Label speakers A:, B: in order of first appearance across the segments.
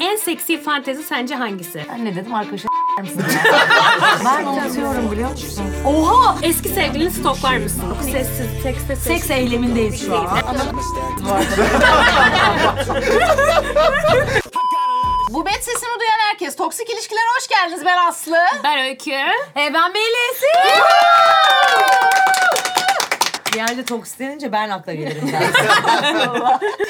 A: en seksi fantezi sence hangisi?
B: Ben ne dedim arkadaşa mısın? ben unutuyorum biliyor musun?
A: Oha! Eski sevgilini stoklar mısın? Sessiz, tekste sessiz.
B: Seks eylemindeyiz şu an.
C: Bu bet sesini duyan herkes. Toksik ilişkilere hoş geldiniz. Ben Aslı.
A: Ben Öykü.
B: Hey ben Melis. Bir yerde toksik denince ben akla gelirim.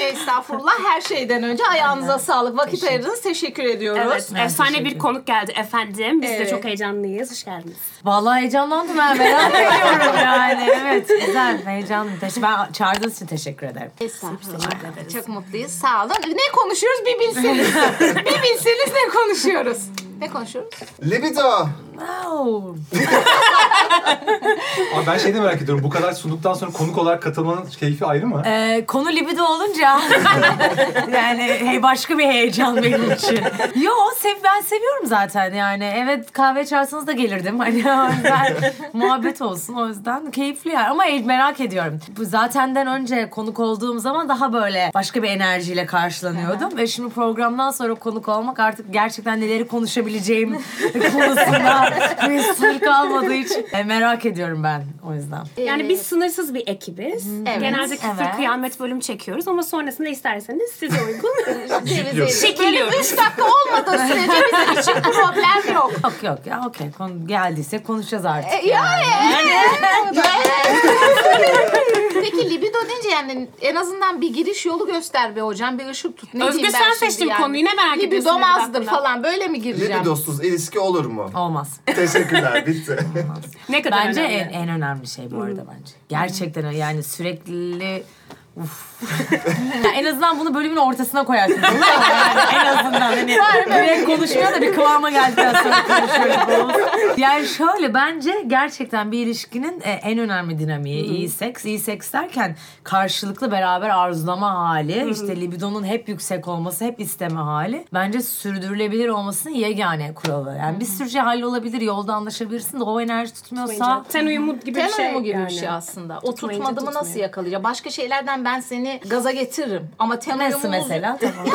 C: Estağfurullah. Her şeyden önce ayağınıza sağlık. Vakit ayırdınız. Teşekkür ediyoruz.
A: Evet, efsane
B: teşekkür
A: bir konuk geldi efendim. Biz de
C: Evet.
A: çok heyecanlıyız. Hoş geldiniz.
B: Vallahi heyecanlandım ben merak ediyorum yani. Evet güzel heyecanlı. Teşekkür, ben çağırdığınız için teşekkür ederim.
C: Estağfurullah. Çok mutluyuz. Sağ olun. Ne konuşuyoruz bir bilseniz. bir bilseniz ne konuşuyoruz. Ne konuşuyoruz?
D: Libido.
C: Oh.
B: Wow.
E: Abi ben şey de merak ediyorum. Bu kadar sunduktan sonra konuk olarak katılmanın keyfi ayrı mı?
B: Ee, konu libido olunca yani hey, başka bir heyecan benim için. Yo sev, ben seviyorum zaten yani. Evet kahve çağırsanız da gelirdim. Hani o yüzden muhabbet olsun o yüzden keyifli yani. Ama el- merak ediyorum. Bu zatenden önce konuk olduğum zaman daha böyle başka bir enerjiyle karşılanıyordum. Ve şimdi programdan sonra konuk olmak artık gerçekten neleri konuşabileceğim konusunda bir sır kalmadığı için e, merak ediyorum ben o yüzden.
A: Yani biz sınırsız bir ekibiz. Genelde küfür
B: evet.
A: kıyamet bölüm çekiyoruz ama sonrasında isterseniz size uygun
C: Ceviz yedik. Böyle
A: çekiliyoruz.
C: 3 dakika olmadığı sürece bizim için problem yok.
B: Yok yok ya okey konu geldiyse konuşacağız artık.
C: E, Peki libido deyince yani en azından bir giriş yolu göster be hocam. Bir ışık tut. Ne
A: Özgür
C: diyeyim ben
A: sen
C: şimdi
A: seçtin
C: yani?
A: konuyu, ne merak ediyorsun
C: Libido mazdır
A: libido hakkında?
C: falan böyle mi gireceğim?
D: Libidosuz ilişki olur mu?
B: Olmaz.
D: Teşekkürler bitti.
A: ne kadar
B: Bence
A: önemli.
B: en, en önemli şey bu arada bence. Gerçekten yani sürekli Uf. Ya en azından bunu bölümün ortasına koyarsın. Yani en azından hani direkt konuşmuyor da bir kıvama geldikten sonra konuşuyoruz. Yani şöyle bence gerçekten bir ilişkinin e, en önemli dinamiği iyi seks. İyi seks derken karşılıklı beraber arzulama hali, işte libidonun hep yüksek olması, hep isteme hali. Bence sürdürülebilir olmasının yegane kuralı. Yani bir sürü şey hallolabilir, yolda anlaşabilirsin de o enerji tutmuyorsa
A: Sen uyumu gibi bir
C: Ten
A: şey.
C: oyumu gibi
A: yani.
C: bir şey aslında. O
A: Tutmayınca
C: tutmadımı nasıl
A: tutmuyor.
C: yakalayacağım? Başka şeylerden ben seni gaza getiririm. Ama ten
B: Nasıl
C: oyumu-
B: mesela? Tamam.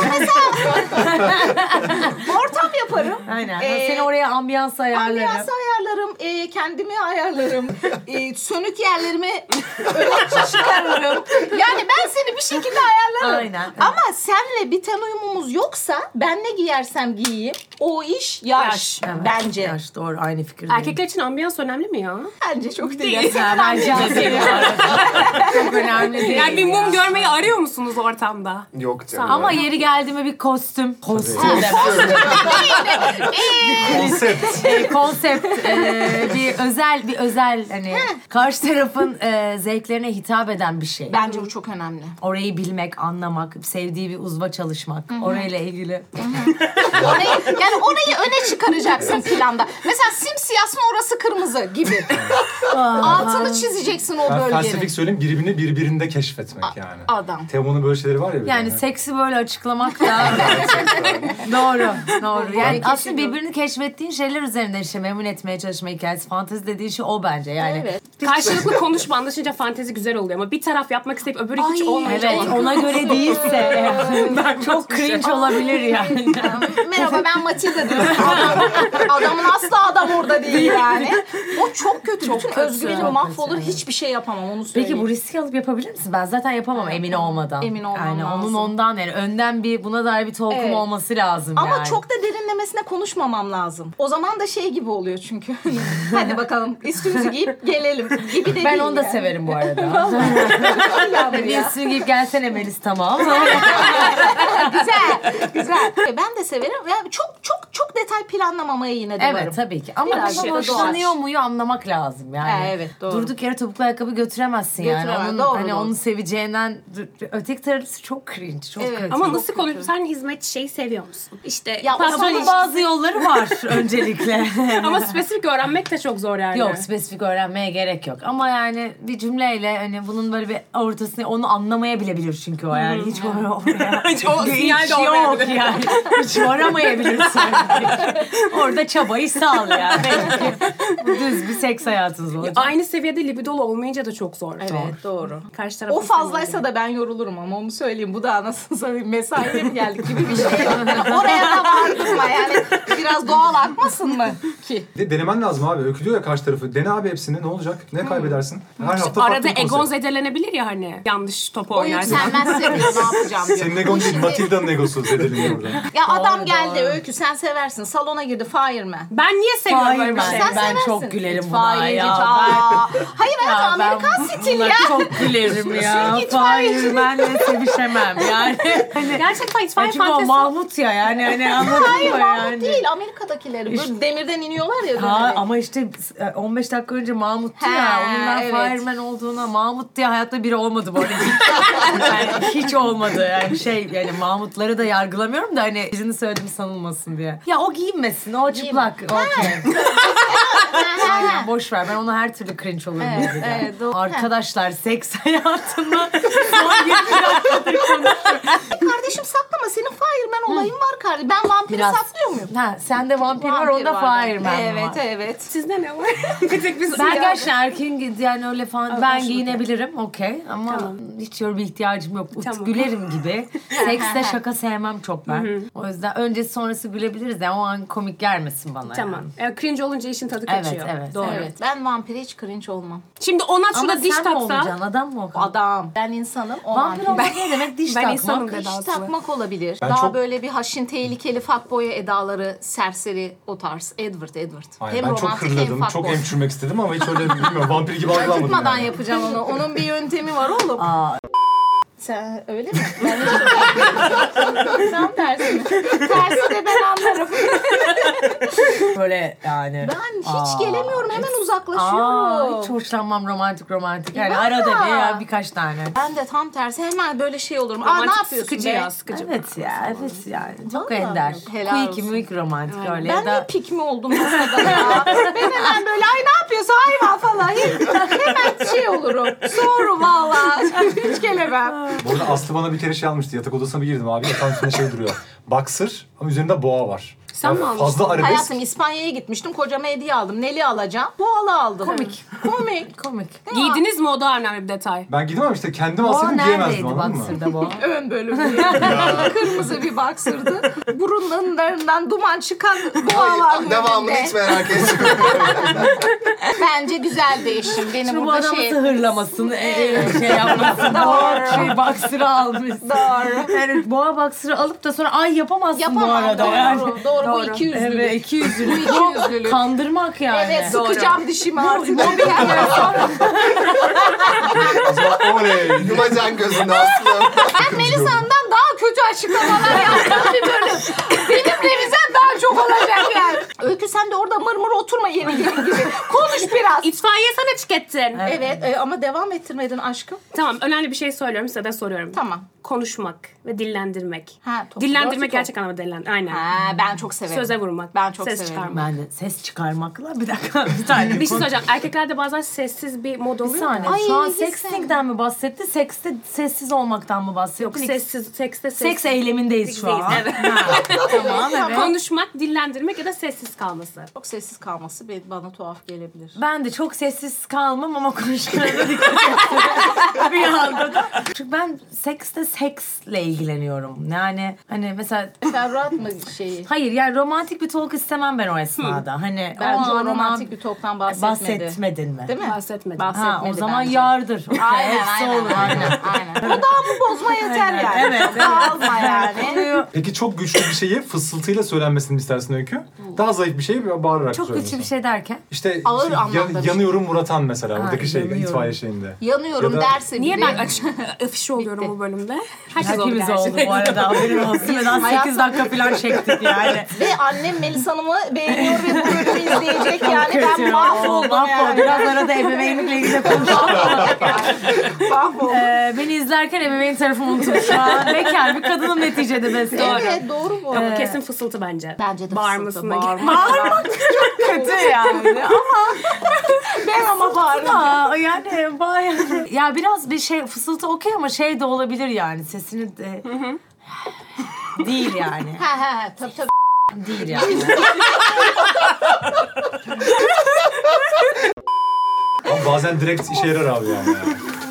C: Ortam yaparım.
B: Aynen.
C: Ee,
B: Seni oraya ambiyans ayarlarım.
C: Ambiyansı ayarlarım, e, kendimi ayarlarım, e, sönük yerlerimi öne çıkarırım. Yani ben seni bir şekilde ayarlarım.
B: Aynen.
C: Ama senle bir ten uyumumuz yoksa ben ne giyersem giyeyim o iş yaş,
B: Evet.
C: bence.
B: Yaş doğru aynı fikirdeyim.
A: Erkekler için ambiyans önemli mi ya?
C: Bence çok değil.
B: Ya bence değil. Çok önemli değil.
A: Yani bir
B: ya.
A: mum görmeyi arıyor musunuz ortamda?
D: Yok canım.
B: Ama yeri geldi mi bir kostüm. Kostüm.
D: konsept.
B: e, konsept e, bir özel bir özel hani karşı tarafın e, zevklerine hitap eden bir şey.
C: Bence bu çok önemli.
B: Orayı bilmek, anlamak, sevdiği bir uzva çalışmak. Orayla ilgili.
C: Orayı, yani orayı öne çıkaracaksın planda. Mesela simsiyah mı orası kırmızı gibi. Altını çizeceksin o
E: Ben
C: bölgenin.
E: felsefik söyleyeyim birbirini birbirinde keşfetmek yani.
C: Adam.
E: Teo'nun böyle şeyleri var ya. bir de.
B: Yani seksi böyle açıklamak da doğru, doğru. Yani aslında birbirini keşfettiğin şeyler üzerinden işte memnun etmeye çalışma hikayesi, fantezi dediğin şey o bence yani.
C: Evet.
A: Karşılıklı konuşup anlaşınca fantezi güzel oluyor ama bir taraf yapmak isteyip öbürü hiç
C: Ay,
A: olmayınca
B: Evet, ona göre değilse çok cringe olabilir yani.
C: Merhaba ben Matilda diyorum. Adam- adamın asla adam orada değil yani. O çok kötü. Bütün
B: kötü.
C: özgüvenim
B: Çok
C: mahvolur.
B: kötü.
C: Hiçbir şey yapamam onu söyleyeyim.
B: Peki bu riski alıp yapabilir misin? Ben zaten yapamam emin olmadan.
C: Emin olmam
B: yani Onun
C: lazım.
B: ondan yani önden bir buna dair bir talkum
C: Evet.
B: olması lazım
C: Ama
B: yani.
C: çok da derinlemesine konuşmamam lazım. O zaman da şey gibi oluyor çünkü. Hadi bakalım üstümüzü giyip gelelim gibi de
B: ben
C: değil
B: onu da
C: yani.
B: severim bu arada.
C: Yavrum
B: bir
C: ya.
B: üstünü giyip gelsene Melis tamam.
C: güzel, güzel. Ben de severim. Yani çok çok çok detay planlamamaya yine de varım.
B: Evet tabii ki. Ama
C: Biraz
B: bundan
C: şey-
B: hoşlanıyor
C: doğaç.
B: muyu anlamak lazım yani.
C: Ha, evet, doğru.
B: Durduk yere topuklu ayakkabı götüremezsin yani.
C: Götüremez,
B: Onun,
C: doğru,
B: hani
C: doğru.
B: onu seveceğinden öteki tarafı çok cringe. Çok
C: Evet.
B: kötü.
A: Ama nasıl konuşup sen hizmet şeyi seviyor musun? İşte
C: Ya o
A: patron
C: zaman
B: Bunun
A: ilişkisi-
B: bazı yolları var öncelikle.
A: ama spesifik öğrenmek de çok zor yani.
B: Yok spesifik öğrenmeye gerek yok. Ama yani bir cümleyle hani bunun böyle bir ortasını onu anlamaya bile bilir çünkü o yani. Hiç oraya, oraya
A: Hiç o sinyal de olmayabilir.
B: yok yani. Hiç varamayabilirsin. Orada çabayı sal ya. Belki bu düz bir seks hayatınız olacak.
A: Aynı seviyede libidolu olmayınca da çok zor.
C: Evet doğru.
A: Karşı taraf
C: O fazlaysa da ben yorulurum ama onu söyleyeyim. Bu da anasını satayım mesaiye mi geldik gibi bir şey. Oraya da biraz doğal akmasın mı ki?
E: Bir de denemen lazım abi. Ökülüyor ya karşı tarafı. Dene abi hepsini. Ne olacak? Ne kaybedersin? Her hafta farklı
A: Arada
E: bir
A: egon
E: konsept.
A: zedelenebilir ya hani. Yanlış top
C: O
A: oynarsan.
C: yükselmezse diyor ne yapacağım diyor.
E: Senin egon değil, Matilda'nın egosu zedeleniyor burada.
C: Ya adam geldi öykü sen seversin salona girdi fireman.
A: Ben niye seviyorum böyle bir
B: Fireman.
A: şey?
B: Ben
C: Sen seversin.
B: çok gülerim
C: İtfaiyeci,
B: buna ya.
C: aa. Hayır hayatım
B: ben
C: Amerikan stili
B: bununla
C: ya.
B: Çok gülerim ya.
C: Sürekli
B: Hayır benle sevişemem yani. Hani,
A: Gerçekten itfaiye
B: çünkü o
A: fantezi.
B: Mahmut ya yani hani anladın
C: Hayır
B: mı
C: Mahmut
B: yani?
C: değil Amerika'dakileri. Böyle demirden iniyorlar ya.
B: Ha,
C: dönerek.
B: ama işte 15 dakika önce Mahmut'tu ya.
C: He,
B: Onun ben
C: evet.
B: fireman olduğuna Mahmut diye hayatta biri olmadı bu arada. yani hiç olmadı. Yani şey yani Mahmutları da yargılamıyorum da hani izini söyledim sanılmasın diye. Ya o giyinmesin. O çıplak. Okey. Aynen, Boş ver. Ben ona her türlü cringe olurum.
C: Evet,
B: yani.
C: evet, doğru.
B: Arkadaşlar seks hayatımı son 20 dakikadır konuşuyorum.
C: E Kardeşim saklama senin fireman olayın var kardeşim. Ben vampiri
B: Biraz.
C: saklıyor muyum?
B: Ha, sende vampir, var
C: Vampir
B: onda
C: var bende.
B: fireman var.
C: Evet evet.
A: Sizde ne var? bir tek biz
B: Ben gerçekten erkeğin gi- yani öyle falan ben
A: hoşuma
B: giyinebilirim okey ama
A: Tamam.
B: hiç öyle bir ihtiyacım yok. Ut-
A: Tamam.
B: Gülerim gibi. Sekste şaka sevmem çok ben. o yüzden öncesi sonrası gülebiliriz yani o an komik gelmesin bana.
A: Tamam.
B: yani.
A: E, cringe olunca işin tadı
B: Evet,
A: kaçıyor.
B: evet,
A: Doğru.
B: evet.
C: Evet ben vampire hiç cringe olmam.
A: Şimdi ona
B: Ama
A: şurada diş
B: sen mi
A: taksa.
B: olacaksın adam mı o? kadın?
C: Adam. Ben insanım o
B: Vampir
C: vampir.
B: olmak ne demek diş
A: Ben insanım
B: takmak?
A: dedi
C: Diş
A: Aslı.
C: takmak olabilir.
E: Ben
C: Daha
E: çok-
C: böyle bir haşin tehlikeli fuckboy edaları, serseri o tarz. Edward, Edward.
E: Hayır, ben çok hırladım, çok
C: fuckboy.
E: emçürmek istedim ama hiç öyle bilmiyorum. Vampir gibi
C: Ben
E: algılanmadım.
C: tutmadan
E: yani.
C: yapacağım onu. Onun bir yöntemi var oğlum.
B: Aa.
C: Sen öyle mi? Ben de çok- Tam tersi mi? Tersi de ben anlarım.
B: Böyle yani.
C: Ben hiç
B: Aa.
C: gelemiyorum. Hemen uzaklaşıyorum.
B: Aa, hiç hoşlanmam romantik romantik. Yani
C: Ya.
B: arada bir ya birkaç tane.
C: Ben de tam tersi hemen böyle şey olurum. Aa ne
A: Romantik
C: yapıyorsun
A: sıkıcı
C: be?
A: ya sıkıcı.
B: Evet ya evet yani. Çok
C: Vallahi.
B: ender.
C: Helal
B: Kuyiki
C: olsun.
B: muyik romantik öyle ya
C: Ben
B: da.
C: ne pik mi oldum masada ya? ben hemen böyle ay ne yapıyorsun hayvan falan. Hiç- Hemen şey olurum. Soğurum valla. Hiç gelemem.
E: Bu arada Aslı bana bir kere şey almıştı. Yatak odasına bir girdim abi. Yatağın üstünde şey duruyor. Boxer ama üzerinde boğa var.
A: Sen mi almıştın?
E: Fazla arabesk.
C: Hayatım İspanya'ya gitmiştim. Kocama hediye aldım. Neli alacağım. Boğalı aldım.
B: Komik.
C: Komik.
B: Komik.
A: Giydiniz mi o da önemli bir detay.
E: Ben gidemem işte kendim
B: Boğa
E: alsaydım
B: neredeydi
E: giyemezdim anladın mı?
B: Boxer'da boğa?
C: Ön bölümü. Kırmızı bir baksırdı. Burunlarından duman çıkan boğalar.
D: Devamını
C: önünde.
D: hiç merak etme.
C: Bence güzel değişim. Benim
B: Şu bu
C: burada
B: adamı
C: şey...
B: hırlamasın, e, şey yapmasın. boğa şey boxer'ı almışsın.
C: Doğru.
B: Yani boğa boxer'ı alıp da sonra ay yapamazsın
C: Yapamam.
B: bu arada.
C: doğru,
B: yani.
C: doğru, doğru. Bu iki yüzlülük.
B: Evet, iki yüzlülük.
C: Bu iki yüzlülük.
B: Kandırmak yani.
C: Evet sıkacağım dişimi artık. O bir
E: O zaman oley.
D: Yumacan gözünde Aslı.
C: Ben Melisa'ndan daha kötü açıklamalar yaptım bir bölüm. Benim revizem daha çok olacak yani. Öykü sen de orada mırmır oturma yeni gelin gibi. Konuş biraz.
A: İtfaiye sana çıkettin.
C: Evet e, ama devam ettirmedin aşkım.
A: Tamam önemli bir şey söylüyorum size de soruyorum.
C: Tamam.
A: Konuşmak ve dillendirmek.
C: Ha, toplu
A: dillendirmek
C: dörtlü
A: gerçek anlamda dillendirmek. Aynen.
C: Ha, ben çok severim.
A: Söze vurmak.
C: Ben çok
A: Ses
C: severim.
A: çıkarmak.
B: Ben de ses çıkarmakla bir dakika bir tane.
A: Bir şey söyleyeceğim. Erkeklerde bazen sessiz bir mod oluyor.
B: Bir saniye.
C: Ay,
B: Şu an
C: bir
B: sexting'den mi bahsetti? Sekste sessiz olmaktan mı bahsetti? Yok,
A: Sessiz, sekste sessiz.
B: seks eylemindeyiz şu an.
A: Evet.
B: Ha, tamam evet.
A: Konuşmak, dillendirmek ya da sessiz kalması.
C: Çok sessiz kalması be- bana tuhaf gelebilir.
B: Ben de çok sessiz kalmam ama konuşmalarına dikkat ettim. bir anda da. Çünkü ben sekste seksle ilgileniyorum. Yani hani mesela
C: Ferruat mı şey? şeyi?
B: hayır yani romantik bir talk istemem ben o esnada. Hani
C: Bence o
B: an
C: romantik
B: ona
C: bir toktan bahsetmedi.
B: bahsetmedin mi?
C: Değil mi?
A: Bahsetmedim.
C: Bahsetmedi
B: Ha, o zaman
C: bence.
B: yardır. Okey,
C: Aynen
B: hepsi
C: aynen,
B: olur.
C: aynen aynen. O daha mı bozma yeter yani.
B: Evet, evet.
C: Alma yani.
B: Oluyor.
E: Peki çok güçlü bir şeyi fısıltıyla söylenmesini istersin Öykü. Daha zayıf bir şeyi bağırarak
B: Çok
E: söylersin.
B: güçlü bir şey derken.
E: İşte
C: Ağır
E: işte
C: anlamda
E: yan-
C: bir şey.
E: yanıyorum Muratan mesela oradaki şey
B: yanıyorum.
E: itfaiye şeyinde.
C: Yanıyorum
E: Ya da-
C: derse
A: Niye
C: biri-
A: ben açık afişi oluyorum bu bölümde? Herkes oldu
B: Hepimiz oldu
A: gerçi.
B: bu arada. Benim aslında
C: Hayatım-
B: 8 dakika falan çektik yani.
C: Ve annem Melis Hanım'ı beğeniyor ve bu bölümü izleyecek yani.
B: Kötü.
C: Hani Ben mahvoldum
B: Mahvoldum.
C: yani.
B: Biraz arada ebeveynlikle ilgili konuşalım.
C: mahvoldum.
B: Ee, beni izlerken ebeveyn tarafım unutmuş. şu an. Bekar bir kadının neticede besi.
C: Evet doğru bu.
A: Bu kesin fısıltı bence.
C: Bence de
A: Bağırmasına
C: fısıltı,
A: gerek-
B: Bağırmak çok kötü yani.
C: Ben ama bağırdım.
B: Ama yani bayağı. Ya biraz bir şey fısıltı okey ama şey de olabilir yani sesini de. Değil yani.
C: He he tabii tabii.
B: Değil yani.
E: Ama bazen direkt işe yarar abi yani.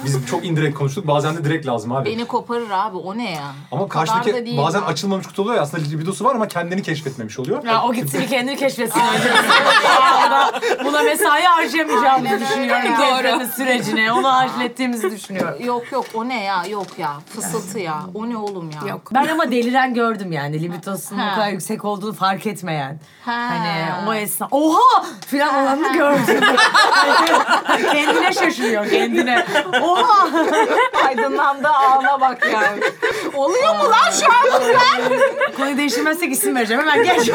E: Biz çok indirekt konuştuk. Bazen de direkt lazım abi.
C: Beni koparır abi o ne ya?
E: Ama
C: O kadar da
E: karşıdaki
C: değil
E: bazen
C: ya.
E: açılmamış kutu oluyor ya aslında libidosu var ama kendini keşfetmemiş oluyor.
B: Ya o gitsin bir kendini keşfetsin önce. Buna- Buna mesai harcayamayacağımızı düşünüyorum. Doğru. sürecine onu harcettiğimizi düşünüyorum.
C: Yok yok o ne ya yok ya fısıltı ya o ne oğlum ya. Yok.
B: Ben ama deliren gördüm yani libidosunun
C: Ha.
B: o kadar yüksek olduğunu fark etmeyen.
C: Ha.
B: Hani o esna oha filan olanı gördüm. kendine şaşırıyor kendine. Oha.
C: Aydınlandı ağına bak yani. Oluyor mu lan şu an?
B: Konuyu değiştirmezsek isim vereceğim hemen geç.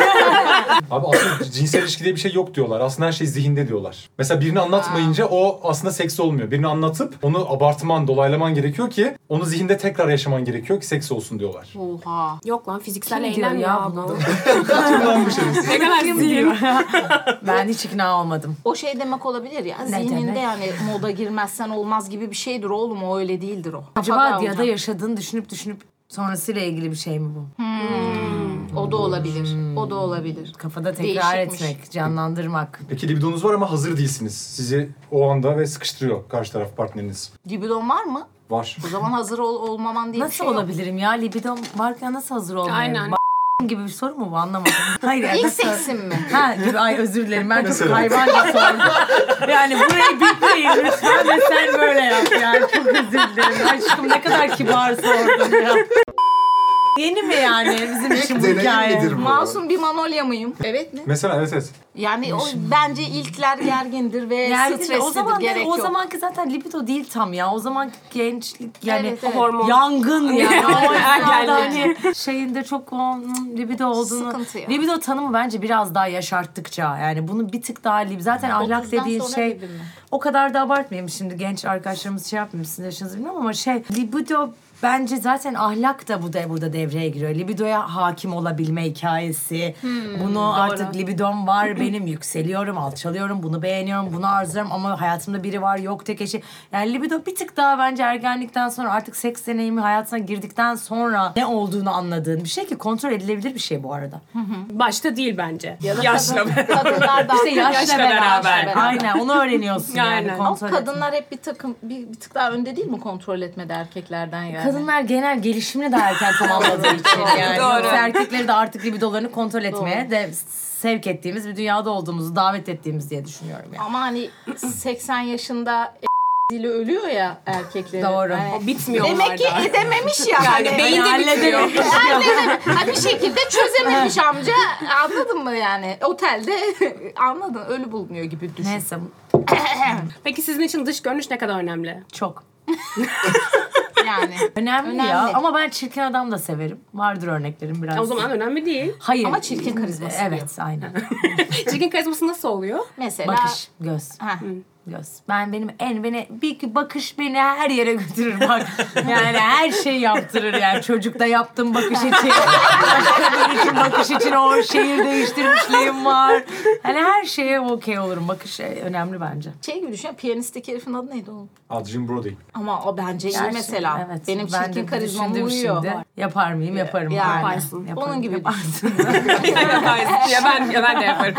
E: Abi aslında cinsel ilişki diye bir şey yok diyorlar. Aslında her şey zihinde diyorlar. Mesela birini anlatmayınca o aslında seks olmuyor. Birini anlatıp onu abartman, dolaylaman gerekiyor ki onu zihinde tekrar yaşaman gerekiyor ki seks olsun diyorlar.
C: Oha.
A: Yok lan fiziksel
B: Kim diyor
A: eylem
B: ya
A: ya abla.
B: şey?
E: Kullanmışsınız.
A: ne kadar zilim.
B: ben hiç ikna olmadım.
C: O şey demek olabilir ya.
B: demek?
C: Zihninde yani moda girmezsen olmaz gibi bir şeydir oğlum o öyle değildir o.
B: Acaba
C: Kafada
B: ya da
C: olacak.
B: yaşadığını düşünüp düşünüp sonrasıyla ilgili bir şey mi bu?
C: Hmm. O da olabilir. O da olabilir.
B: Kafada tekrar
C: Değişikmiş.
B: etmek, canlandırmak.
E: Peki libidonuz var ama hazır değilsiniz. Sizi o anda ve sıkıştırıyor karşı taraf partneriniz.
C: Libidon var mı?
E: Var.
C: O zaman hazır ol- olmaman diye bir
B: Nasıl
C: şey yok.
B: olabilirim ya? Libidom varken nasıl hazır olmayayım?
A: Aynen.
B: Ba- gibi bir soru mu bu? Anlamadım. Hayır. yani
C: İlk
B: nasıl-
C: seksin mi?
B: Ha gibi ay özür dilerim ben çok
E: Mesela.
B: hayvan gibi sordum. Yani burayı bitmeyin lütfen ve sen böyle yap yani çok özür dilerim. Aşkım ne kadar kibar sordun ya. Yeni mi yani bizim için bu
D: deneyim
B: hikaye?
D: midir bu?
C: Masum bir manolya mıyım?
B: E,
C: Evet mi?
E: Mesela evet evet.
C: Yani o bence ilkler gergindir ve
B: Gergin-
C: streslidir
B: o zaman
C: gerek
B: o
C: yok.
B: zamanki zaten libido değil tam ya. O zamanki gençlik yani
C: Evet, evet.
A: Hormon.
B: yangın yani. O esnada
A: Ergenlik.
B: hani şeyinde çok o, hmm, libido olduğunu.
C: Sıkıntı ya.
B: Libido tanımı bence biraz daha yaşarttıkça yani bunu bir tık daha lib zaten ahlak
C: 30'dan
B: dediğin
C: sonra
B: şey
C: gibi mi?
B: o kadar da abartmayayım şimdi genç arkadaşlarımız şey yapmayayım sizin yaşınızı bilmiyorum ama şey libido bence zaten ahlak da bu da burada devreye giriyor. Libidoya hakim olabilme hikayesi.
A: Hmm,
B: bunu artık libidom var benim yükseliyorum, alçalıyorum, bunu beğeniyorum, bunu arzularım ama hayatımda biri var yok tek eşi. Yani libido bir tık daha bence ergenlikten sonra artık seks deneyimi hayatına girdikten sonra ne olduğunu anladığın bir şey ki kontrol edilebilir bir şey bu arada.
A: Başta değil bence.
C: da
A: Yaşla.
C: kadın- kadınlar da
B: İşte yaşla,
A: Yaşla
B: beraber.
A: beraber.
B: Aynen onu öğreniyorsun yani,
A: Aynen. Ama
B: kontrol
C: Ama
B: etmeyi.
C: kadınlar hep bir takım bir, bir tık daha önde değil mi kontrol etmede erkeklerden yani?
B: Kadınlar genel gelişimini de erken tamamladığı için yani.
A: Doğru.
B: Yoksa erkekleri de artık libidolarını kontrol etmeye de sevk ettiğimiz bir dünyada olduğumuzu davet ettiğimiz diye düşünüyorum yani.
C: Ama hani 80 yaşında e- dili ölüyor ya erkeklerin.
B: Doğru.
C: Hani-
A: Bitmiyor
C: Demek ki edememiş ya. Yani
A: beyin de bitmiyor.
C: Ha, bir şekilde çözememiş amca. Anladın mı yani? Otelde anladın ölü bulunuyor gibi düşün.
B: Neyse
A: Peki sizin için dış görünüş ne kadar önemli?
B: çok.
C: Yani.
B: Önemli,
C: Önemli.
B: ya ama ben çirkin adam da severim. Vardır örneklerim biraz.
A: Ya O zaman önemli değil.
B: Hayır.
C: Ama çirkin karizması
B: Evet aynen.
A: Çirkin karizması nasıl oluyor?
C: Mesela
B: Bakış, göz.
C: Ha.
B: Göz. Ben benim en beni bir bakış beni her yere götürür bak. Yani her şey yaptırır yani. Çocukta yaptığım bakış için. başka bir için bakış için o şehir değiştirmişliğim var. Hani her şeye okey olurum. Bakış e, önemli bence.
C: Şey gibi düşün. Piyanistlik herifin adı neydi oğlum?
E: Adrian Brody.
C: Ama o bence iyi
B: Her şey-
C: mesela.
B: evet,
C: Benim
B: ben de
C: çirkin karizmam
B: düşündüm
C: uyuyor.
B: şimdi. Yapar mıyım? Yaparım.
C: Yani.
A: Yaparsın.
B: Yaparım,
C: Onun gibi
B: yaparım.
A: ya ben ya ben de yaparım.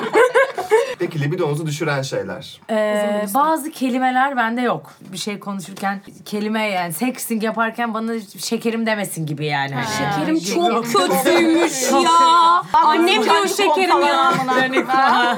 D: Peki libidonuzu düşüren şeyler.
B: Ee, bazı kelimeler bende yok. Bir şey konuşurken kelime yani sexting yaparken bana şekerim demesin gibi yani. Hani.
A: Şekerim
B: Gibi.
A: çok kötüymüş
B: Çok
A: ya. Annem
C: Kendi
A: diyor şekerim ya.
C: konfalarımın altına.